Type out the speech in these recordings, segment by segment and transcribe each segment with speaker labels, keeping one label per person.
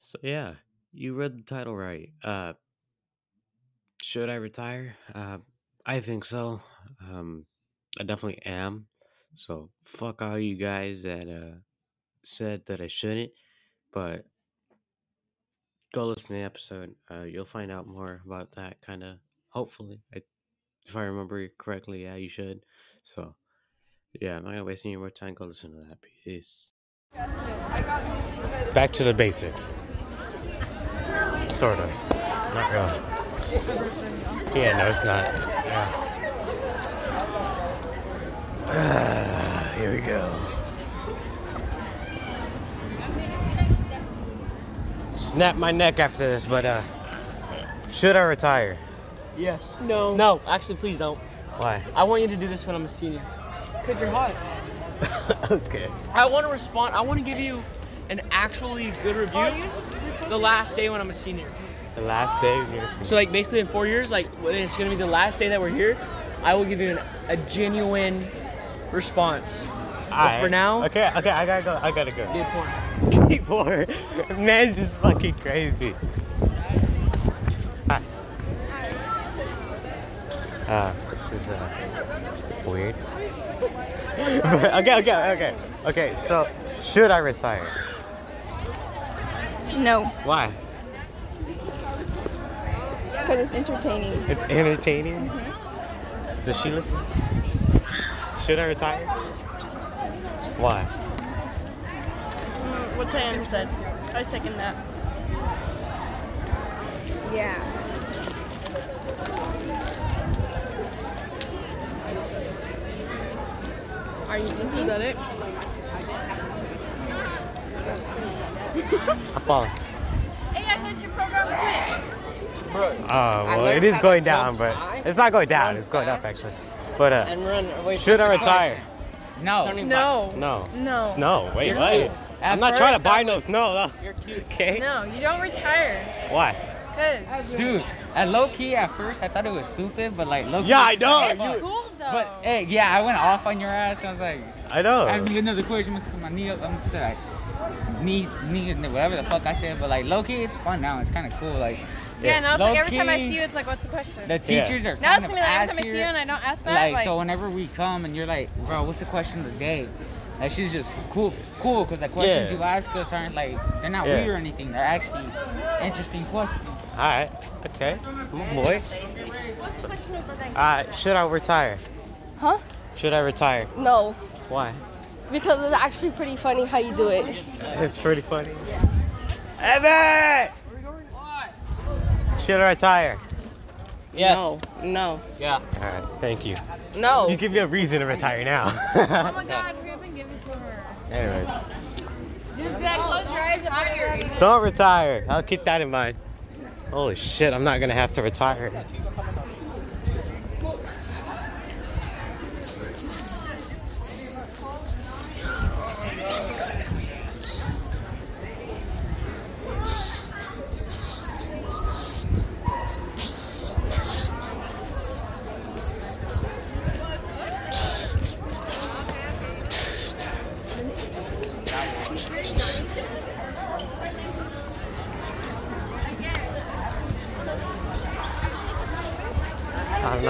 Speaker 1: So yeah, you read the title right. Uh, should I retire? Uh, I think so. Um, I definitely am. So fuck all you guys that uh said that I shouldn't. But go listen to the episode. Uh, you'll find out more about that. Kind of hopefully, I, if I remember correctly, yeah, you should. So yeah, I'm not gonna waste any more time. Go listen to that. Peace.
Speaker 2: Back to the basics. Sort of. Not really. Yeah, no, it's not. Yeah. Here we go. Snap my neck after this, but uh, should I retire?
Speaker 3: Yes.
Speaker 4: No.
Speaker 3: No, actually, please don't.
Speaker 2: Why?
Speaker 3: I want you to do this when I'm a senior.
Speaker 4: Because you're hot.
Speaker 2: okay.
Speaker 3: I want to respond. I want to give you an actually good
Speaker 5: Oh,
Speaker 3: review the last day when I'm a senior.
Speaker 2: The last day of your
Speaker 3: So like basically in four years, like when it's gonna be the last day that we're here. I will give you an, a genuine response. But for now,
Speaker 2: Okay, okay, I gotta go. I gotta go.
Speaker 3: did porn.
Speaker 2: Keyboard. Man's is fucking crazy. Ah. Hi. Uh, this is uh, weird. But- okay, okay, okay. Okay, so should I retire?
Speaker 4: No.
Speaker 2: Why?
Speaker 4: Because it's entertaining.
Speaker 2: It's entertaining. Does she listen? Should I retire? Why?
Speaker 6: Mm, What Tan said. I second that.
Speaker 4: Yeah.
Speaker 6: Are you Is that it?
Speaker 2: I fall.
Speaker 6: Hey, I thought your program quit.
Speaker 2: Oh, well, it is going down, but it's not going down. It's going up actually. But uh,
Speaker 3: And run away.
Speaker 2: should I retire?
Speaker 3: No.
Speaker 6: No.
Speaker 2: No.
Speaker 6: No.
Speaker 2: Snow. Wait,
Speaker 3: You're
Speaker 2: what?
Speaker 3: cute.
Speaker 2: I'm
Speaker 3: At
Speaker 2: not trying to
Speaker 3: first, that
Speaker 2: buy no snow. though.
Speaker 3: You're cute.
Speaker 2: Okay.
Speaker 6: No, you don't retire.
Speaker 2: Why?
Speaker 6: Because
Speaker 7: Dude, at low key at first I thought it was stupid, but like low key.
Speaker 2: Yeah, I know.
Speaker 6: it's
Speaker 2: You,
Speaker 6: cool though.
Speaker 7: But eh, hey, yeah, I went off on your ass. I was like,
Speaker 2: I know.
Speaker 7: I mean, another question was put my knee up. I'm like, knee, knee, whatever the fuck I said. But like low key, it's fun now. It's kind of cool. Like
Speaker 6: yeah, now it's like every time I
Speaker 7: Low-key.
Speaker 6: see you, it's like, what's the question?
Speaker 7: the teachers are
Speaker 6: now it's
Speaker 7: kind
Speaker 6: gonna
Speaker 7: of
Speaker 6: be like
Speaker 7: ass
Speaker 6: every time I see you
Speaker 7: here.
Speaker 6: and I don't ask that.
Speaker 7: Like,
Speaker 6: Like,
Speaker 7: so whenever we come and you're like, bro, what's the question of the day? Like she's just cool, cool, cause the questions
Speaker 2: Yeah.
Speaker 7: you ask us aren't like they're not
Speaker 2: Yeah.
Speaker 7: weird or anything. They're actually interesting questions.
Speaker 2: All right. Okay. I'm a boy. All right. Should I retire?
Speaker 8: Huh?
Speaker 2: Should I retire?
Speaker 8: No,
Speaker 2: Why?
Speaker 8: because it's actually pretty funny how you do it.
Speaker 2: It's pretty funny. Evan! Should I retire?
Speaker 3: Yes.
Speaker 4: No.
Speaker 3: Yeah.
Speaker 2: All right. Thank you.
Speaker 8: Oh.
Speaker 4: No.
Speaker 2: You give me a reason to retire
Speaker 6: oh
Speaker 2: now.
Speaker 6: my god, we're gonna give it to her.
Speaker 2: Anyways,
Speaker 6: Just be like, close your eyes and put your
Speaker 2: don't retire. I'll keep that in mind. Holy shit, I'm not gonna have to retire. I don't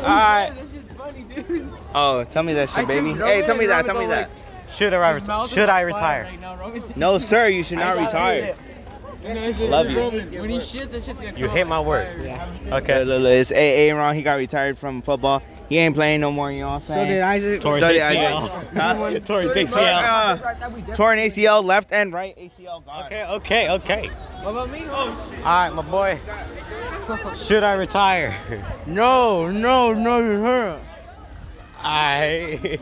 Speaker 2: know. All right.
Speaker 9: Oh, tell me that shit, baby. Hey, tell me that. Tell me that.
Speaker 2: Should I retire? Should I retire?
Speaker 9: No, sir, you should not retire. Love you.
Speaker 7: When he shits, that shit's gonna
Speaker 2: You
Speaker 7: come
Speaker 2: hate
Speaker 7: out.
Speaker 2: my word.
Speaker 7: Yeah.
Speaker 9: Okay,
Speaker 2: Okay.
Speaker 9: look, look, it's AA Ron. He got retired from football. He ain't playing no more. You know what I'm
Speaker 7: So
Speaker 9: saying?
Speaker 7: did Isaac.
Speaker 2: Torres
Speaker 9: So did
Speaker 2: ACL.
Speaker 9: I- Huh?
Speaker 2: Torres ACL.
Speaker 9: Uh, torn ACL, left and right ACL. Gone.
Speaker 2: Okay, okay, okay.
Speaker 7: What about me? Oh,
Speaker 2: All right, my boy. Should I retire?
Speaker 7: no, no, no, you hurt.
Speaker 2: I.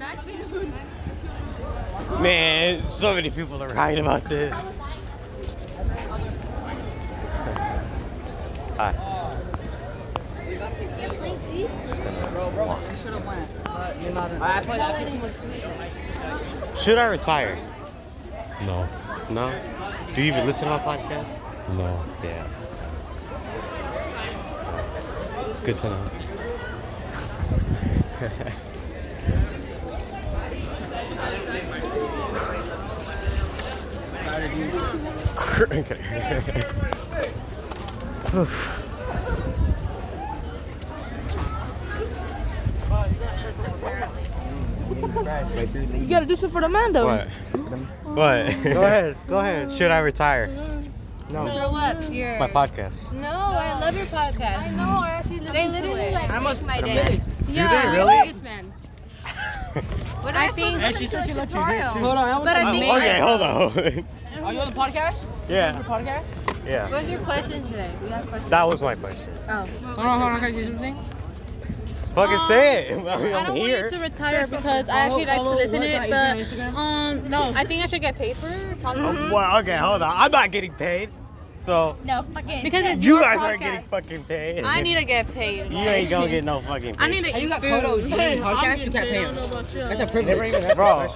Speaker 2: Man, so many people are right about this. Hi. Just gonna walk.
Speaker 3: I played, I played too much.
Speaker 2: Should I retire?
Speaker 10: No,
Speaker 2: No. Do you even listen to my podcast?
Speaker 10: no.
Speaker 2: Yeah. It's good to know.
Speaker 9: I'm kidding. Oof.
Speaker 11: You gotta do some for the man though.
Speaker 9: What? What?
Speaker 5: Go ahead. Go ahead.
Speaker 9: Should I retire
Speaker 6: Grow up. You're.
Speaker 9: my podcast?
Speaker 6: No, I love your podcast. I know. I actually love They literally like. I must. My
Speaker 9: day.
Speaker 6: yeah.
Speaker 9: they really?
Speaker 6: This man. What I think.
Speaker 5: And she said she let you hear it, too.
Speaker 8: Hold on,
Speaker 6: But I think.
Speaker 9: okay, hold on.
Speaker 8: Are you on the podcast?
Speaker 9: yeah,
Speaker 8: Podcast?
Speaker 9: yeah.
Speaker 6: What's your question today? We have questions.
Speaker 9: That was my question.
Speaker 8: Oh. Hold on, hold on, can I say something? Um,
Speaker 9: Fucking say
Speaker 12: I
Speaker 9: it. I'm
Speaker 12: don't want
Speaker 9: here.
Speaker 12: you to retire because I actually
Speaker 8: Oh,
Speaker 12: like to listen to it, but um, no, I think I should get paid for it. probably.
Speaker 9: Oh, well, okay, hold on. I'm not getting paid. So
Speaker 12: No,
Speaker 8: Oh,
Speaker 12: fucking. Because it's
Speaker 9: you
Speaker 12: your
Speaker 9: guys
Speaker 12: podcast.
Speaker 9: aren't getting fucking paid.
Speaker 12: I need to get paid.
Speaker 9: You ain't gonna get no fucking. Paycheck.
Speaker 12: I need to.
Speaker 8: Hey,
Speaker 12: eat
Speaker 8: you got
Speaker 12: food.
Speaker 8: code OG
Speaker 12: I'm
Speaker 8: podcast, you
Speaker 12: getting
Speaker 8: can't pay
Speaker 12: paid, I don't
Speaker 8: him.
Speaker 12: know about y'all.
Speaker 8: That's a privilege.
Speaker 9: Bro,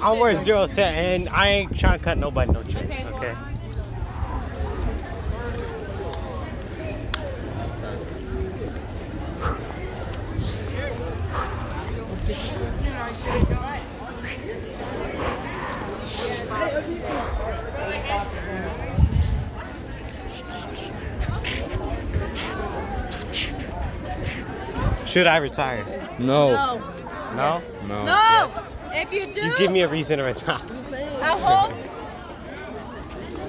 Speaker 9: I'm worth zero cent, and I ain't trying to cut nobody no check. Okay. Should I retire?
Speaker 5: No.
Speaker 9: No.
Speaker 5: No.
Speaker 6: No. If you do.
Speaker 9: Oh, You give me a reason to retire.
Speaker 6: I hope.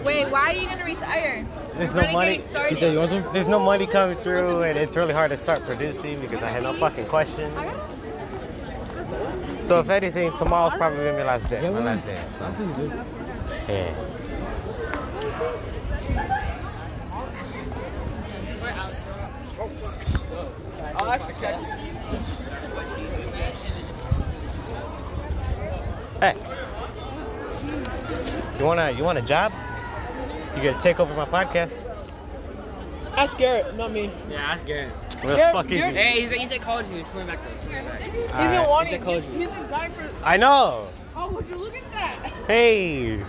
Speaker 6: Wait, why are you gonna retire?
Speaker 9: There's
Speaker 6: We're
Speaker 9: no
Speaker 6: really
Speaker 9: money.
Speaker 6: getting started.
Speaker 5: You said you want some?
Speaker 9: There's no money coming through, and it's really hard to start producing because I had no fucking questions. So if anything, tomorrow's probably gonna be my last day. My last day. So yeah. Hey, you wanna you want a job? You gonna take over my podcast?
Speaker 8: Ask Garrett, not me.
Speaker 7: Yeah, that's good.
Speaker 9: Where the
Speaker 8: You're-
Speaker 9: fuck is
Speaker 8: you're-
Speaker 9: he?
Speaker 7: Hey, he's at, he's at college. He's coming back though.
Speaker 8: He didn't want
Speaker 7: It's a code.
Speaker 8: it. He didn't die for.
Speaker 9: I know.
Speaker 8: Oh, would you look at that?
Speaker 9: Hey.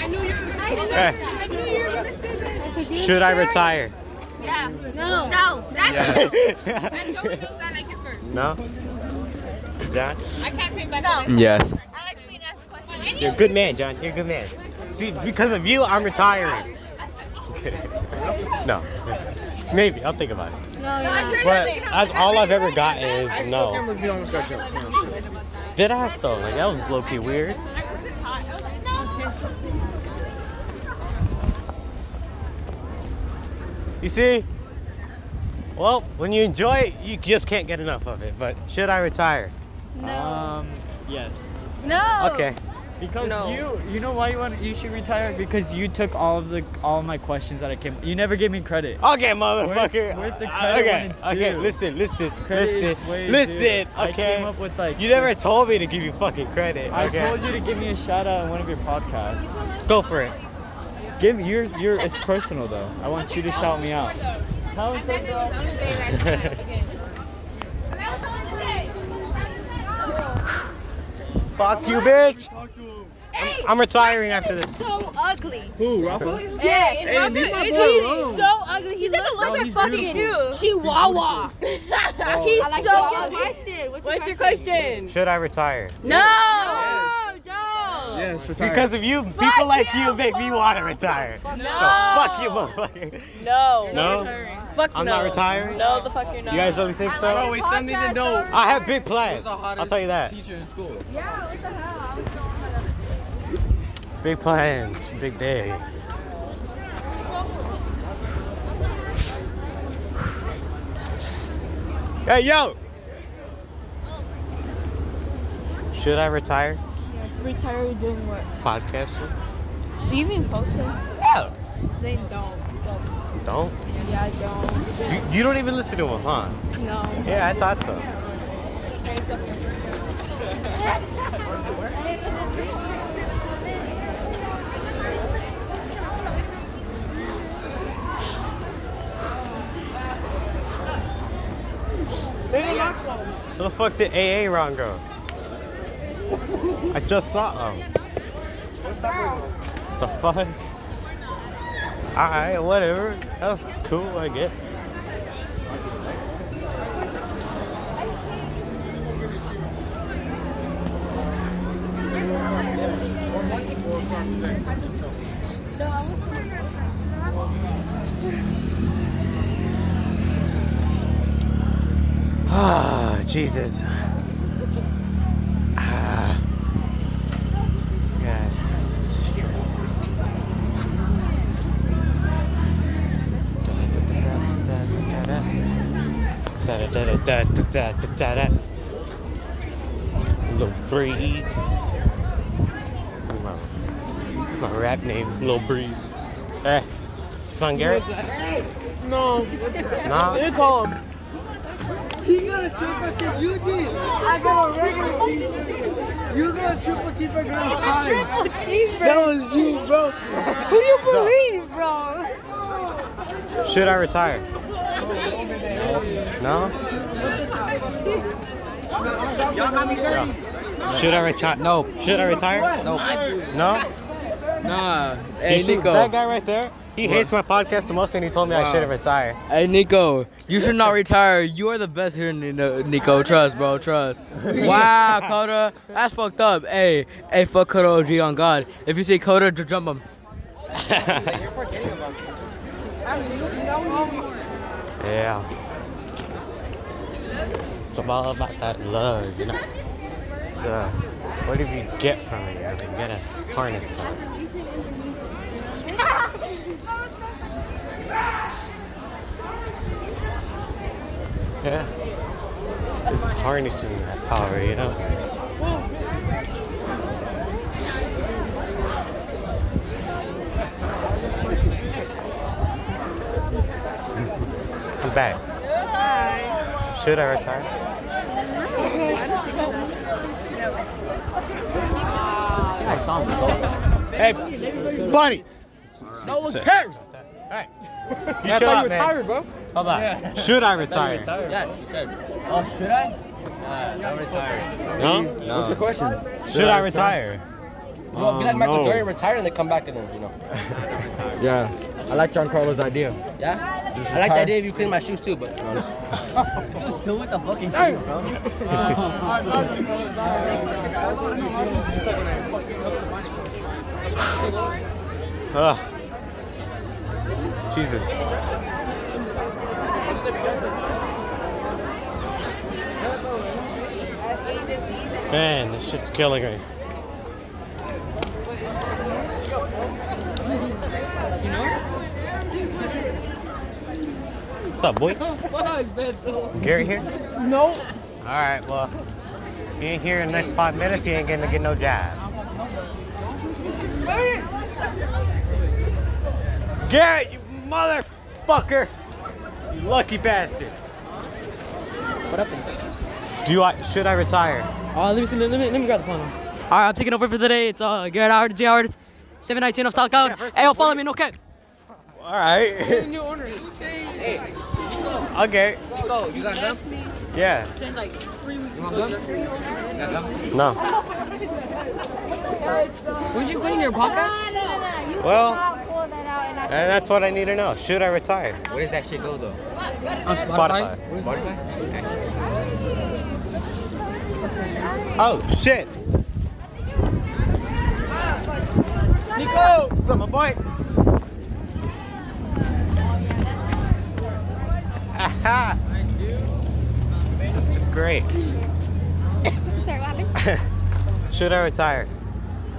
Speaker 9: Hey,
Speaker 6: I knew you were gonna say that.
Speaker 9: should I retire?
Speaker 6: Yeah. No. No. That's
Speaker 9: no. John,
Speaker 6: I can't take back. No.
Speaker 5: Yes.
Speaker 6: I like being asked questions.
Speaker 9: you're a good man. John, you're a good man. See, because of you, I'm retiring.
Speaker 6: oh.
Speaker 9: no. Maybe I'll think about it.
Speaker 6: No, yeah.
Speaker 9: But that's all I've ever gotten is no.
Speaker 13: be almost got shot.
Speaker 9: Did I though? Like that was low key weird. You see? Well, when you enjoy it, you just can't get enough of it. But should I retire?
Speaker 5: Um, yes.
Speaker 6: No.
Speaker 9: Okay.
Speaker 5: Because
Speaker 8: No.
Speaker 5: you, you know why you want you should retire because you took all of the all my questions that I came. You never gave me credit.
Speaker 9: Okay, motherfucker.
Speaker 5: where's the
Speaker 9: Uh,
Speaker 5: credit
Speaker 9: okay,
Speaker 5: when it's
Speaker 9: okay.
Speaker 5: due?
Speaker 9: Listen, listen,
Speaker 5: Credit
Speaker 9: listen,
Speaker 5: is way due.
Speaker 9: listen.
Speaker 5: I
Speaker 9: Okay.
Speaker 5: came up with like.
Speaker 9: you never told me to give you fucking credit.
Speaker 5: I
Speaker 9: okay.
Speaker 5: told you to give me a shout out on one of your podcasts.
Speaker 9: Go for it.
Speaker 5: Give me your your. It's personal though. I want you to shout me out. How is that though?
Speaker 9: Fuck you, bitch. I'm retiring after this.
Speaker 6: So ugly.
Speaker 13: Who, Rafa?
Speaker 6: Yes.
Speaker 13: Hey, leave my boy alone.
Speaker 6: so ugly. He's, like a
Speaker 5: Oh,
Speaker 6: little bit
Speaker 5: he's
Speaker 6: fucking
Speaker 5: beautiful.
Speaker 6: chihuahua. Oh. He's
Speaker 8: I like
Speaker 6: so
Speaker 8: chihuahua.
Speaker 6: ugly.
Speaker 8: What's your question?
Speaker 9: Should I retire?
Speaker 6: No.
Speaker 13: Yes, retire.
Speaker 9: Because of you, people like you make me want to retire. So fuck you, motherfucker.
Speaker 8: No.
Speaker 9: No.
Speaker 8: Fuck
Speaker 9: I'm
Speaker 8: no.
Speaker 9: not retiring?
Speaker 8: No, the fuck you're not.
Speaker 9: You guys really think so?
Speaker 13: Bro, we still need to know.
Speaker 9: I have big plans. I'll tell you that.
Speaker 13: Teacher in school.
Speaker 9: Big plans, big day. Hey, yo! Should I retire?
Speaker 11: Retire doing what?
Speaker 9: Podcasting?
Speaker 11: Do you even post it?
Speaker 9: Yeah.
Speaker 11: They don't.
Speaker 9: Don't.
Speaker 11: Yeah, I don't.
Speaker 9: You, you don't even listen to him, huh?
Speaker 11: No.
Speaker 9: Yeah, I thought so. Where the fuck did AA Ron go? I just saw him. The fuck? Alright, whatever. That's cool, I guess. Ah, Jesus. Ah. God. this is stress. Da-da-da-da-da-da-da-da. Lil Breeze. My, my rap name, Lil Breeze. Hey, Fun Garrett?
Speaker 8: No.
Speaker 9: Nah.
Speaker 8: You call him. He got a triple chip. You did. I got a regular cheeseburger. You got a triple cheeseburger.
Speaker 11: triple cheeseburger.
Speaker 8: That was you, bro.
Speaker 11: Who do you
Speaker 9: So-
Speaker 11: believe, bro?
Speaker 9: Should I retire? No? Yeah. Should I retire? No. Should I retire? No. No?
Speaker 3: Nah.
Speaker 9: you
Speaker 3: Hey,
Speaker 9: see
Speaker 3: Nico.
Speaker 9: that guy right there? He hates my podcast the most and he told me I
Speaker 3: Wow.
Speaker 9: should have retired.
Speaker 3: Hey, Nico. You should not retire. You are the best here, Nino- Nico. Trust, bro. Trust. Wow, Coda. That's fucked up. Hey, hey, fuck Coda OG on God. If you see Coda, j- jump him.
Speaker 9: yeah. It's all about that love, you know? So, what do you get from it? I mean, you gotta harness some. Yeah. It's harnessing that power, you know? I'm back. Should I retire? Hey, buddy!
Speaker 3: No one
Speaker 9: Sick.
Speaker 3: cares.
Speaker 9: Alright. You chill out, man.
Speaker 3: bro.
Speaker 9: Hold on. Should I retire?
Speaker 3: Yes, you said. Oh, should I?
Speaker 5: Uh,
Speaker 7: I'm retired.
Speaker 9: No?
Speaker 7: What's your question?
Speaker 9: Should I retire?
Speaker 3: You want to be
Speaker 14: Oh,
Speaker 3: like Michael Jordan, retire and then come back in there, you know?
Speaker 15: Yeah, I like John Carlos' idea.
Speaker 3: Yeah?
Speaker 15: Just
Speaker 3: I like the
Speaker 15: retire.
Speaker 3: idea if you clean my shoes too, but. uh,
Speaker 7: Still with the fucking
Speaker 9: Ugh. Ah. Jesus. Man, this shit's killing me. What's up, boy? Gary here?
Speaker 8: No.
Speaker 9: All right, well, if you ain't here in the next five minutes, you ain't gonna get no job. Garrett, you motherfucker! You lucky bastard.
Speaker 3: What happened?
Speaker 9: Do I should I retire?
Speaker 14: Uh, let me see. Let me, let me grab the phone. All right, I'm taking over for the day. It's uh, Garrett Howard, J. Howard, 719 of South County. hey, yo, follow me, no cap.
Speaker 9: All right.
Speaker 6: New owner. Hey.
Speaker 9: okay.
Speaker 6: Nico, you got them?
Speaker 9: Yeah.
Speaker 6: Like three weeks
Speaker 7: You want
Speaker 6: ago.
Speaker 9: No.
Speaker 8: Would you put in your podcast?
Speaker 9: Well, and that's what I need to know. Should I retire?
Speaker 7: Where does that shit go though?
Speaker 9: On Spotify.
Speaker 7: Spotify?
Speaker 9: Oh shit.
Speaker 3: Nico!
Speaker 9: What's up, my boy? Aha! This is just great.
Speaker 11: Sorry, what happened?
Speaker 9: Should I retire?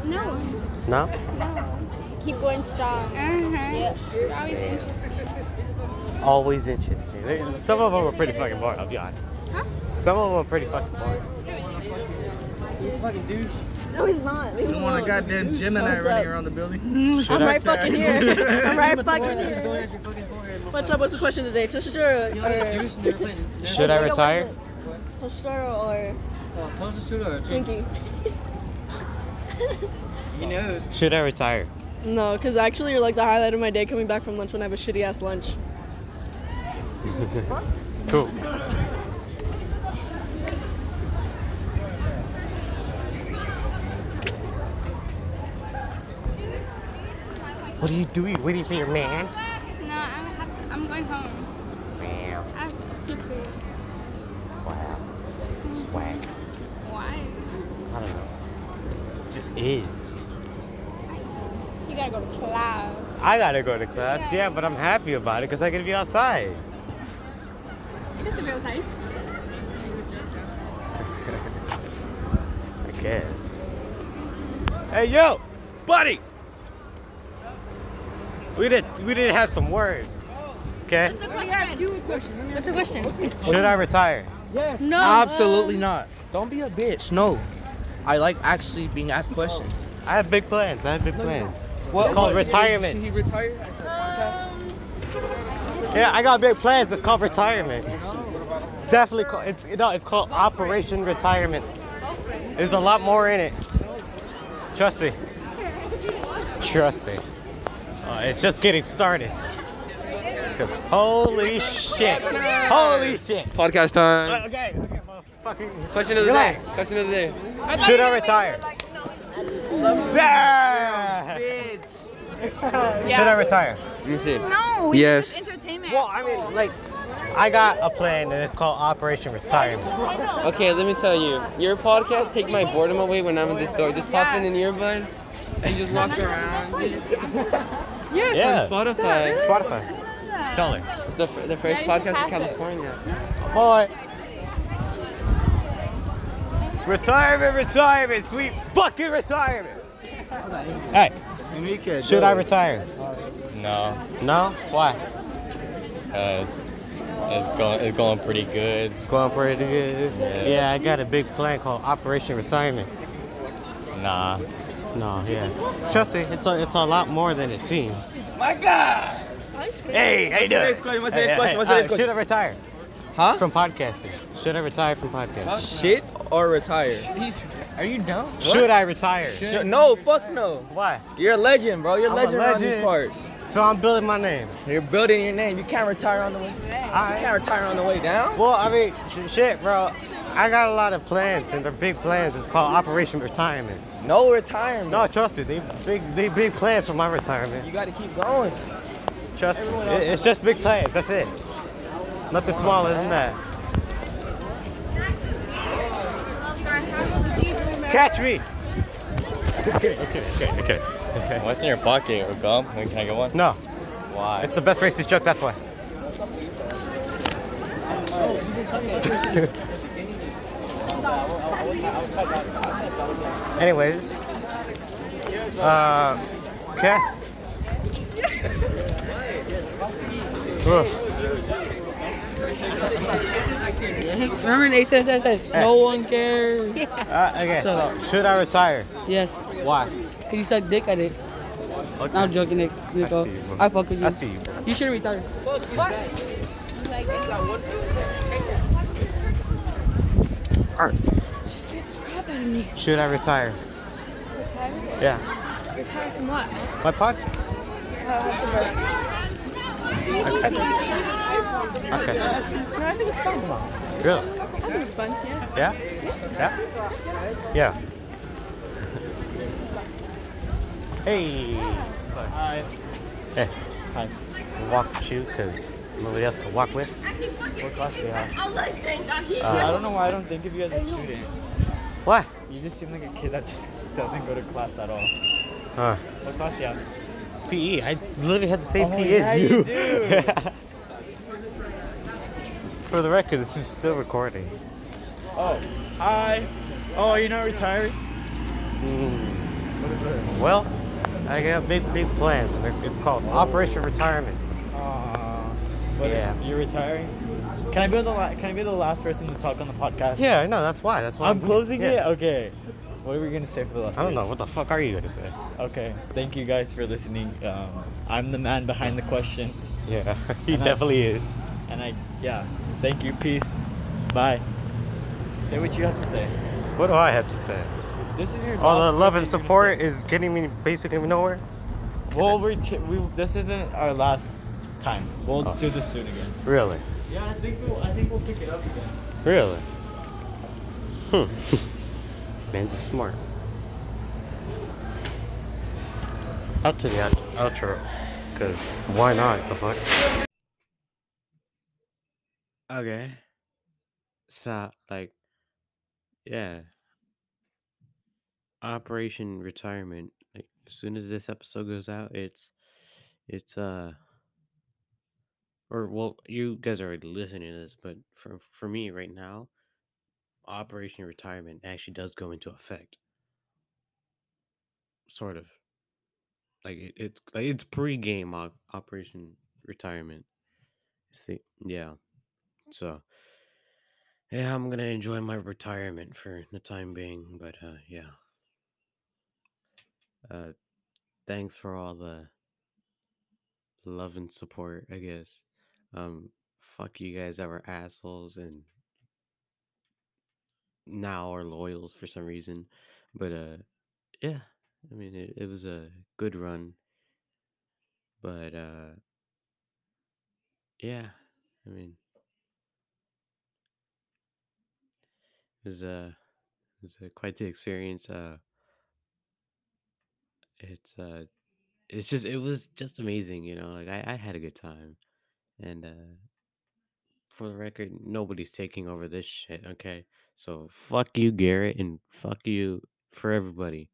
Speaker 11: No,
Speaker 9: No.
Speaker 11: no. Keep going strong. Uh-huh. You're always interesting.
Speaker 9: Always interesting. They- Some of them are pretty fucking boring. I'll be honest. Some of them are pretty fucking boring.
Speaker 6: No, he's not. Leave him alone.
Speaker 15: goddamn Gemini
Speaker 6: What's running up?
Speaker 15: around the building.
Speaker 6: I'm right fucking here. I'm right fucking here.
Speaker 7: Should
Speaker 6: What's up? What's the question today? Toshiro or
Speaker 9: Should I retire?
Speaker 6: Toshiro or Twinkie?
Speaker 7: He knows.
Speaker 9: Should I retire?
Speaker 6: No, because actually you're like the highlight of my day coming back from lunch when I have a shitty ass lunch.
Speaker 9: Cool. What are you doing? Waiting for your man?
Speaker 11: No, I'm, have to, I'm going home.
Speaker 9: Meow.
Speaker 11: I have a few crew.
Speaker 9: Wow. Swag.
Speaker 11: Why?
Speaker 9: I don't know. It just is.
Speaker 11: You gotta go to class.
Speaker 9: I gotta go to class. Yeah, but I'm happy about it because I get to be outside.
Speaker 11: You can still be outside.
Speaker 9: I guess. Hey, yo, buddy. We did. We did have some words. Okay.
Speaker 8: Let me ask you a question. What's a question?
Speaker 9: Should I retire?
Speaker 8: Yes.
Speaker 16: Absolutely not. Don't be a bitch. No. I like actually being asked questions.
Speaker 9: I have big plans. I have big plans.
Speaker 16: What-
Speaker 9: it's called
Speaker 16: what-
Speaker 9: retirement.
Speaker 16: Should he retire?
Speaker 9: Yeah, I got big plans. It's called retirement. Definitely, call, it's no, it's called Operation Retirement. There's a lot more in it. Trust me. Trust me. Uh, it's just getting started. Cause holy shit! Holy shit!
Speaker 16: Podcast time.
Speaker 9: Okay, okay, motherfucking.
Speaker 16: Question of the
Speaker 9: Relax.
Speaker 16: day. Question of the day.
Speaker 9: Should I retire? Damn! Should I retire?
Speaker 16: You said.
Speaker 6: No.
Speaker 9: Yes.
Speaker 6: Entertainment.
Speaker 9: Well, I mean, like, I got a plan and it's called Operation Retirement.
Speaker 16: Okay, let me tell you. Your podcast take my boredom away when I'm in the store. Just pop in an earbud. You just walk around.
Speaker 6: Yes.
Speaker 16: Yeah. It's on Spotify.
Speaker 9: Spotify. Tell her.
Speaker 16: It's the, fir- the first
Speaker 6: Now you should
Speaker 16: podcast in
Speaker 6: pass it.
Speaker 16: California.
Speaker 9: Boy. Retirement, retirement, sweet fucking retirement. Hey, should I retire?
Speaker 5: uh,
Speaker 9: No. No? Why?
Speaker 17: Uh, it's going it's going pretty good.
Speaker 9: It's going pretty good.
Speaker 17: Yeah.
Speaker 9: Yeah, I got a big plan called Operation Retirement.
Speaker 17: Nah.
Speaker 9: No, yeah. Trust me, it's a, it's a lot more than it seems.
Speaker 8: My God.
Speaker 9: Hey, hey,
Speaker 8: the
Speaker 9: dude.
Speaker 8: next question? What's the
Speaker 9: Hey,
Speaker 8: next
Speaker 9: hey,
Speaker 8: question? What's the
Speaker 9: hey,
Speaker 8: next
Speaker 9: uh,
Speaker 8: question?
Speaker 9: Should I retire? Huh? From podcasting. Should I retire from podcasting?
Speaker 16: Shit or retire?
Speaker 7: Are you dumb?
Speaker 9: Should I retire?
Speaker 16: Should-
Speaker 7: no, fuck no.
Speaker 9: Why?
Speaker 7: You're a legend, bro. You're a
Speaker 9: I'm a
Speaker 7: legend, around these
Speaker 9: legend.
Speaker 7: parts.
Speaker 9: So I'm building my name.
Speaker 7: You're building your name. You can't retire on the way. You can't retire on the way down.
Speaker 9: Well, I mean, sh- shit, bro. I got a lot of plans, and they're big plans. It's called Operation Retirement.
Speaker 7: No retirement.
Speaker 9: No, trust me. They big, they big plans for my
Speaker 7: You
Speaker 9: retirement.
Speaker 7: gotta keep going.
Speaker 9: Trust me. It- It's just big plans. That's it. Nothing smaller than that. Catch me.
Speaker 17: okay, okay, okay. What's in your pocket, or gum? Can I get one?
Speaker 9: No.
Speaker 17: Why?
Speaker 9: It's the best racist joke. That's why. Anyways. Uh, okay. Ugh.
Speaker 8: Remember Nathan said, said
Speaker 9: no
Speaker 8: one cares.
Speaker 9: Uh, okay, so should I retire?
Speaker 8: Yes.
Speaker 9: Why?
Speaker 8: Can you suck dick at it?
Speaker 9: Okay.
Speaker 8: I'm joking, Nick. Nico.
Speaker 9: see you, bro.
Speaker 8: I fuck with you.
Speaker 9: I see you, bro.
Speaker 8: You should retire.
Speaker 9: Alright.
Speaker 11: You scared the crap out of me.
Speaker 9: Should I retire?
Speaker 11: Retired?
Speaker 9: Yeah.
Speaker 11: Retired from what? Uh,
Speaker 9: My podcast. Okay.
Speaker 11: No, I think it's fun.
Speaker 9: Really?
Speaker 11: I think it's fun. Yeah.
Speaker 9: Yeah? Yeah? Yeah. hey. Hi. Hey. Hi. Walk with you because nobody else to walk with.
Speaker 5: What class do you have?
Speaker 9: Uh,
Speaker 11: I was like, thank God he.
Speaker 5: Yeah, I don't know why I don't think of you as a student.
Speaker 9: Why?
Speaker 5: You just seem like a kid that just doesn't go to class at all.
Speaker 9: Huh.
Speaker 5: What class do you have?
Speaker 9: PE. E. I literally had the same
Speaker 5: Oh,
Speaker 9: PE
Speaker 5: yeah,
Speaker 9: as
Speaker 5: you
Speaker 9: you.
Speaker 5: do.
Speaker 9: For the record, this is still recording.
Speaker 5: Oh, hi. Oh, you're not retired?
Speaker 9: Hmm.
Speaker 5: What is that?
Speaker 9: Well, I got big, big plans. They're- It's called Operation Retirement.
Speaker 5: Aw, but
Speaker 9: Yeah.
Speaker 5: You're retiring. Can I be the la- Can I be the last person to talk on the podcast?
Speaker 9: Yeah, I know. That's why. That's why
Speaker 5: I'm
Speaker 9: I'm
Speaker 5: closing
Speaker 9: yeah.
Speaker 5: it. Okay. What are we gonna say for the last?
Speaker 9: I don't know. What the fuck are you gonna say?
Speaker 5: Okay. Thank you guys for listening. Um, I'm the man behind the questions.
Speaker 9: Yeah, he
Speaker 5: And I-
Speaker 9: definitely is.
Speaker 5: And I, yeah. Thank you. Peace. Bye. Say what you have to say.
Speaker 9: What do I have to say?
Speaker 5: This is your.
Speaker 9: All the
Speaker 5: last
Speaker 9: love and
Speaker 5: question you're
Speaker 9: support is getting me basically nowhere.
Speaker 5: gonna- Well, we're t- we. This isn't our last time. We'll
Speaker 9: Oh.
Speaker 5: do this soon again.
Speaker 9: Really?
Speaker 5: Yeah, I think we'll. I think we'll pick it up again.
Speaker 9: Really? Hmm. Man's is smart. Out to the out- outro, because why not? The fuck?
Speaker 2: Okay. So like, yeah. Operation Retirement. Like, as soon as this episode goes out, it's it's uh or well, you guys are already listening to this, but for for me right now, Operation Retirement actually does go into effect. Sort of. Like it, it's like it's pre-game op- Operation Retirement. See, yeah. So yeah, I'm gonna enjoy my retirement for the time being, but uh, yeah. Uh, thanks for all the love and support. I guess. Um, fuck you guys that were assholes and now are loyals for some reason, but uh, yeah. I mean, it, it was a good run, but uh, yeah. I mean, it was a it was uh quite the experience. Uh, it's uh, it's just it was just amazing. You know, like I, I had a good time, and uh, for the record, nobody's taking over this shit. Okay, so fuck you, Garrett, and fuck you for everybody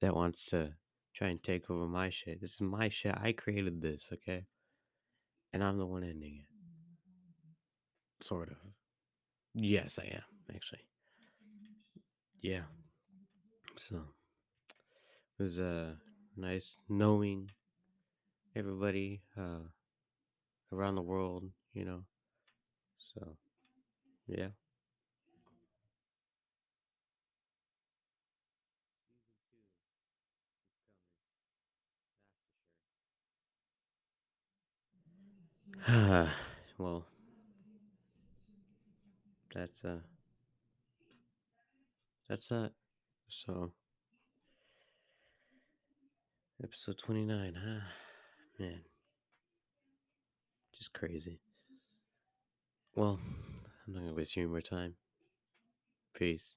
Speaker 2: that wants to try and take over my shit. This is my shit. I created this. Okay, and I'm the one ending it. Sort of. Yes, I am actually. Yeah. So it was uh nice knowing everybody uh around the world, you know. So yeah. well, that's uh that's that. So episode 29, huh? Man. Just crazy. Well, I'm not going to waste any more time. Peace.